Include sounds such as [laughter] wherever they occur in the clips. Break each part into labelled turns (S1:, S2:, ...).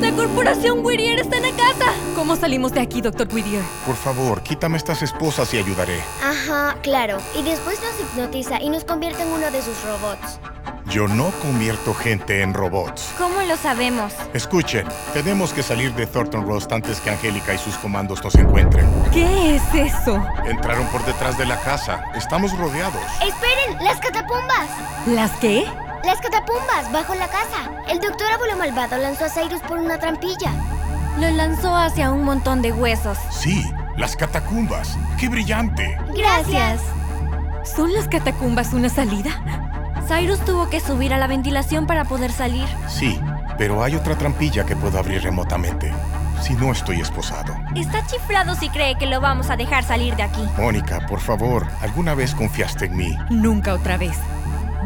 S1: ¡La corporación Whittier está en la casa! ¿Cómo salimos de aquí, doctor Whittier?
S2: Por favor, quítame estas esposas y ayudaré.
S3: Ajá, claro. Y después nos hipnotiza y nos convierte en uno de sus robots.
S2: Yo no convierto gente en robots.
S1: ¿Cómo lo sabemos?
S2: Escuchen, tenemos que salir de Thornton Roast antes que Angélica y sus comandos nos encuentren.
S1: ¿Qué es eso?
S2: Entraron por detrás de la casa. Estamos rodeados.
S3: ¡Esperen! ¡Las catapumbas!
S1: ¿Las qué?
S3: ¡Las catapumbas! ¡Bajo la casa! El doctor abuelo malvado lanzó a Cyrus por una trampilla.
S1: Lo lanzó hacia un montón de huesos.
S2: Sí, las catacumbas. ¡Qué brillante!
S3: ¡Gracias!
S1: ¿Son las catacumbas una salida? Cyrus tuvo que subir a la ventilación para poder salir.
S2: Sí, pero hay otra trampilla que puedo abrir remotamente. Si no estoy esposado.
S1: Está chiflado si cree que lo vamos a dejar salir de aquí.
S2: Mónica, por favor, ¿alguna vez confiaste en mí?
S4: Nunca otra vez.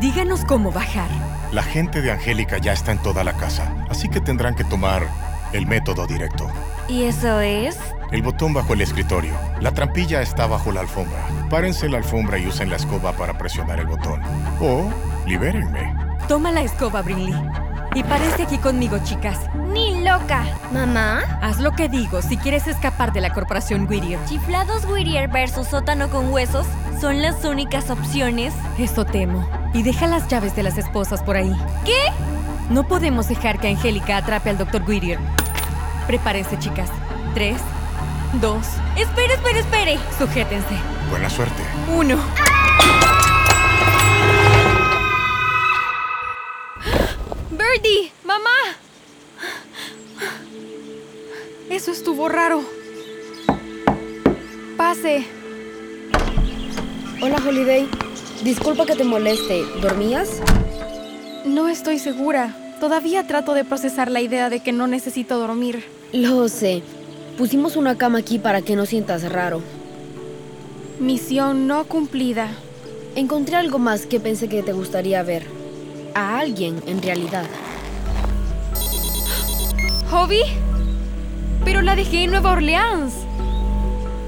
S4: Díganos cómo bajar.
S2: La gente de Angélica ya está en toda la casa, así que tendrán que tomar el método directo.
S1: ¿Y eso es?
S2: El botón bajo el escritorio. La trampilla está bajo la alfombra. Párense la alfombra y usen la escoba para presionar el botón. O libérenme.
S4: Toma la escoba, Brinley. Y parece aquí conmigo, chicas.
S1: ¡Ni loca!
S3: ¿Mamá?
S4: Haz lo que digo si quieres escapar de la corporación Whittier.
S1: Chiflados Whittier versus sótano con huesos son las únicas opciones.
S4: Eso temo. Y deja las llaves de las esposas por ahí.
S1: ¿Qué?
S4: No podemos dejar que Angélica atrape al Dr. Whittier. Prepárense, chicas. Tres, dos,
S1: Espere, espere, espere.
S4: sujétense.
S2: Buena suerte.
S4: Uno.
S1: Birdie, mamá.
S5: Eso estuvo raro. Pase.
S6: Hola Holiday, disculpa que te moleste, ¿dormías?
S5: No estoy segura. Todavía trato de procesar la idea de que no necesito dormir.
S6: Lo sé, pusimos una cama aquí para que no sientas raro.
S5: Misión no cumplida.
S6: Encontré algo más que pensé que te gustaría ver. A alguien, en realidad.
S5: ¿Hobby? Pero la dejé en Nueva Orleans.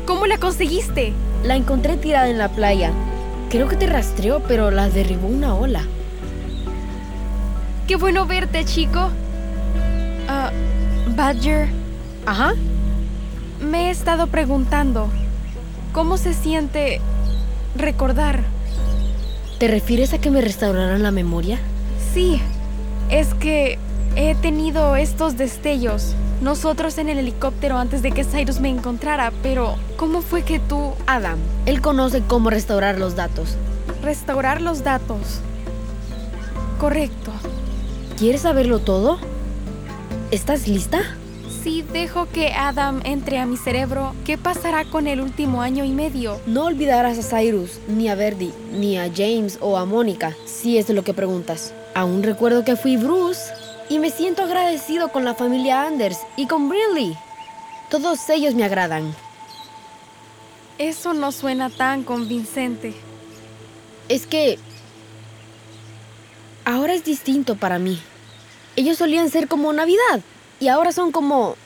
S5: ¿Cómo la conseguiste?
S6: La encontré tirada en la playa. Creo que te rastreó, pero la derribó una ola.
S5: Qué bueno verte, chico. Ah, Badger,
S6: Ajá,
S5: me he estado preguntando, ¿cómo se siente recordar?
S6: ¿te refieres a que me restauraran la memoria?
S5: Sí, es que he tenido estos destellos. Nosotros en el helicóptero antes de que Cyrus me encontrara, pero ¿cómo fue que tú
S6: Adam, él conoce cómo restaurar los datos.
S5: restaurar los datos? Correcto.
S6: ¿Quieres saberlo todo? ¿Estás lista?
S5: Si dejo que Adam entre a mi cerebro, ¿qué pasará con el último año y medio?
S6: No olvidarás a Cyrus, ni a Verdi, ni a James o a Mónica, si es lo que preguntas. Aún recuerdo que fui Bruce y me siento agradecido con la familia Anders y con Brinley. Todos ellos me agradan.
S5: Eso no suena tan convincente.
S6: Es que... Ahora es distinto para mí. Ellos solían ser como Navidad y ahora son como...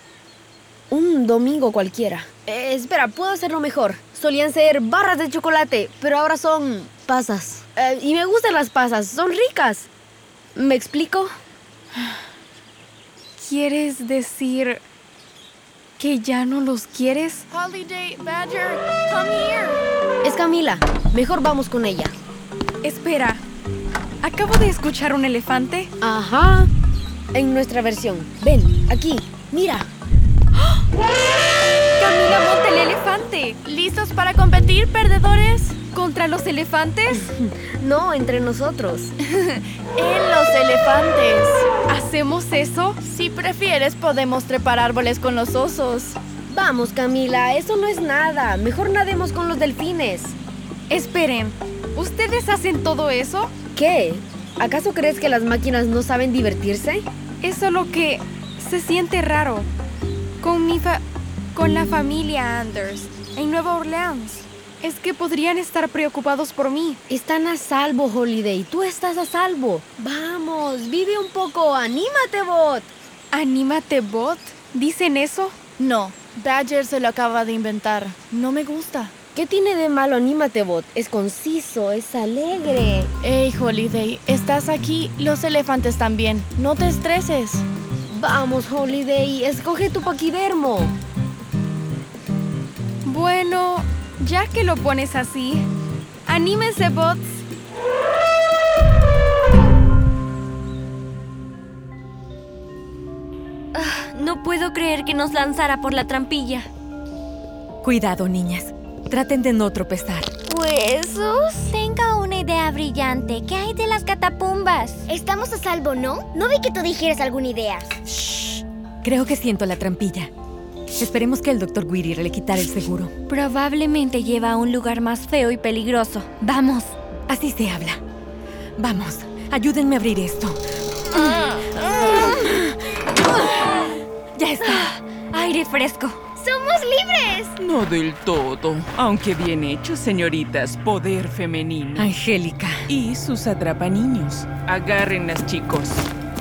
S6: Un domingo cualquiera. Eh, espera, puedo hacerlo mejor. Solían ser barras de chocolate, pero ahora son pasas. Eh, y me gustan las pasas, son ricas. ¿Me explico?
S5: ¿Quieres decir que ya no los quieres?
S7: Holiday, Badger, come here.
S6: Es Camila. Mejor vamos con ella.
S5: Espera. Acabo de escuchar un elefante.
S6: Ajá. En nuestra versión. Ven, aquí. Mira.
S5: Camila monta el elefante.
S7: ¿Listos para competir, perdedores?
S5: ¿Contra los elefantes?
S6: no, entre nosotros.
S7: [laughs] en los elefantes.
S5: ¿Hacemos eso?
S7: Si prefieres, podemos trepar árboles con los osos.
S6: Vamos, Camila, eso no es nada. Mejor nademos con los delfines.
S5: Esperen, ¿ustedes hacen todo eso?
S6: ¿Qué? ¿Acaso crees que las máquinas no saben divertirse?
S5: Es solo que se siente raro. Con mi fa con la familia Anders en Nueva Orleans. Es que podrían estar preocupados por mí.
S6: Están a salvo, Holiday. Tú estás a salvo. Vamos, vive un poco. Anímate, Bot.
S5: ¿Anímate, Bot? ¿Dicen eso?
S7: No, Badger se lo acaba de inventar. No me gusta.
S6: ¿Qué tiene de malo Anímate Bot? Es conciso, es alegre.
S7: Hey, Holiday, estás aquí, los elefantes también. No te estreses.
S6: Vamos, Holiday, escoge tu paquidermo.
S5: Bueno, ya que lo pones así, anímense, bots.
S8: Uh, no puedo creer que nos lanzara por la trampilla.
S1: Cuidado, niñas. Traten de no tropezar.
S3: ¿Huesos?
S8: Pues, ¡oh! Tengo una idea brillante. ¿Qué hay de las catapumbas?
S3: Estamos a salvo, ¿no? No vi que tú dijeras alguna idea.
S1: Shh. Creo que siento la trampilla. Esperemos que el doctor Whittier le quitara el seguro.
S8: Probablemente lleva a un lugar más feo y peligroso. ¡Vamos!
S1: Así se habla. Vamos, ayúdenme a abrir esto. ¡Ya está!
S8: ¡Aire fresco!
S3: ¡Somos libres!
S9: No del todo, aunque bien hecho, señoritas, poder femenino.
S1: Angélica.
S9: Y sus atrapaniños. Agárrenlas, chicos.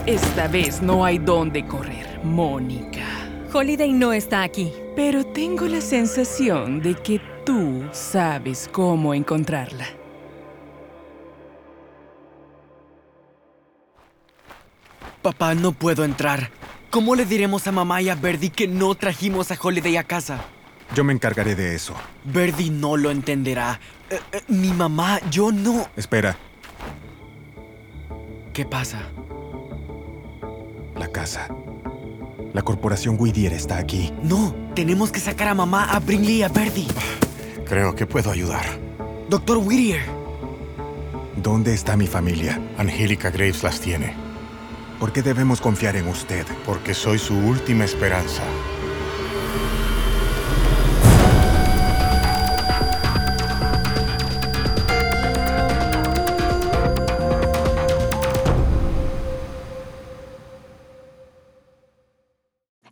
S9: Esta vez no hay dónde correr, Mónica.
S1: Holiday no está aquí.
S9: Pero tengo la sensación de que tú sabes cómo encontrarla.
S10: Papá, no puedo entrar. ¿Cómo le diremos a mamá y a Verdi que no trajimos a Holiday a casa?
S11: Yo me encargaré de eso.
S10: Verdi no lo entenderá. Eh, eh, mi mamá, yo no.
S11: Espera.
S10: ¿Qué pasa?
S11: La casa. La corporación Whittier está aquí.
S10: No, tenemos que sacar a mamá, a Brinley y a Verdi.
S2: Creo que puedo ayudar.
S10: Doctor Whittier.
S11: ¿Dónde está mi familia?
S2: Angélica Graves las tiene.
S11: ¿Por qué debemos confiar en usted?
S2: Porque soy su última esperanza.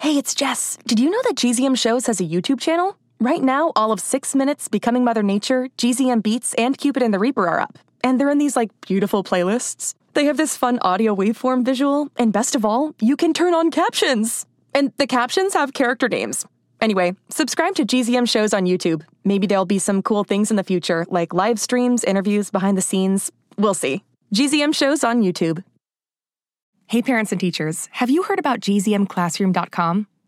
S12: Hey, it's Jess. Did you know that GZM Shows has a YouTube channel? Right now, all of Six Minutes, Becoming Mother Nature, GZM Beats, and Cupid and the Reaper are up. And they're in these, like, beautiful playlists. They have this fun audio waveform visual, and best of all, you can turn on captions. And the captions have character names. Anyway, subscribe to GZM shows on YouTube. Maybe there'll be some cool things in the future, like live streams, interviews, behind the scenes. We'll see. GZM shows on YouTube. Hey, parents and teachers, have you heard about gzmclassroom.com?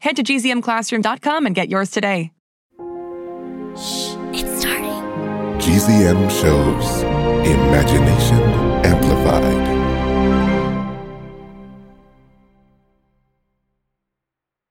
S12: Head to gzmclassroom.com and get yours today.
S8: Shh, it's starting.
S13: GZM shows Imagination Amplified.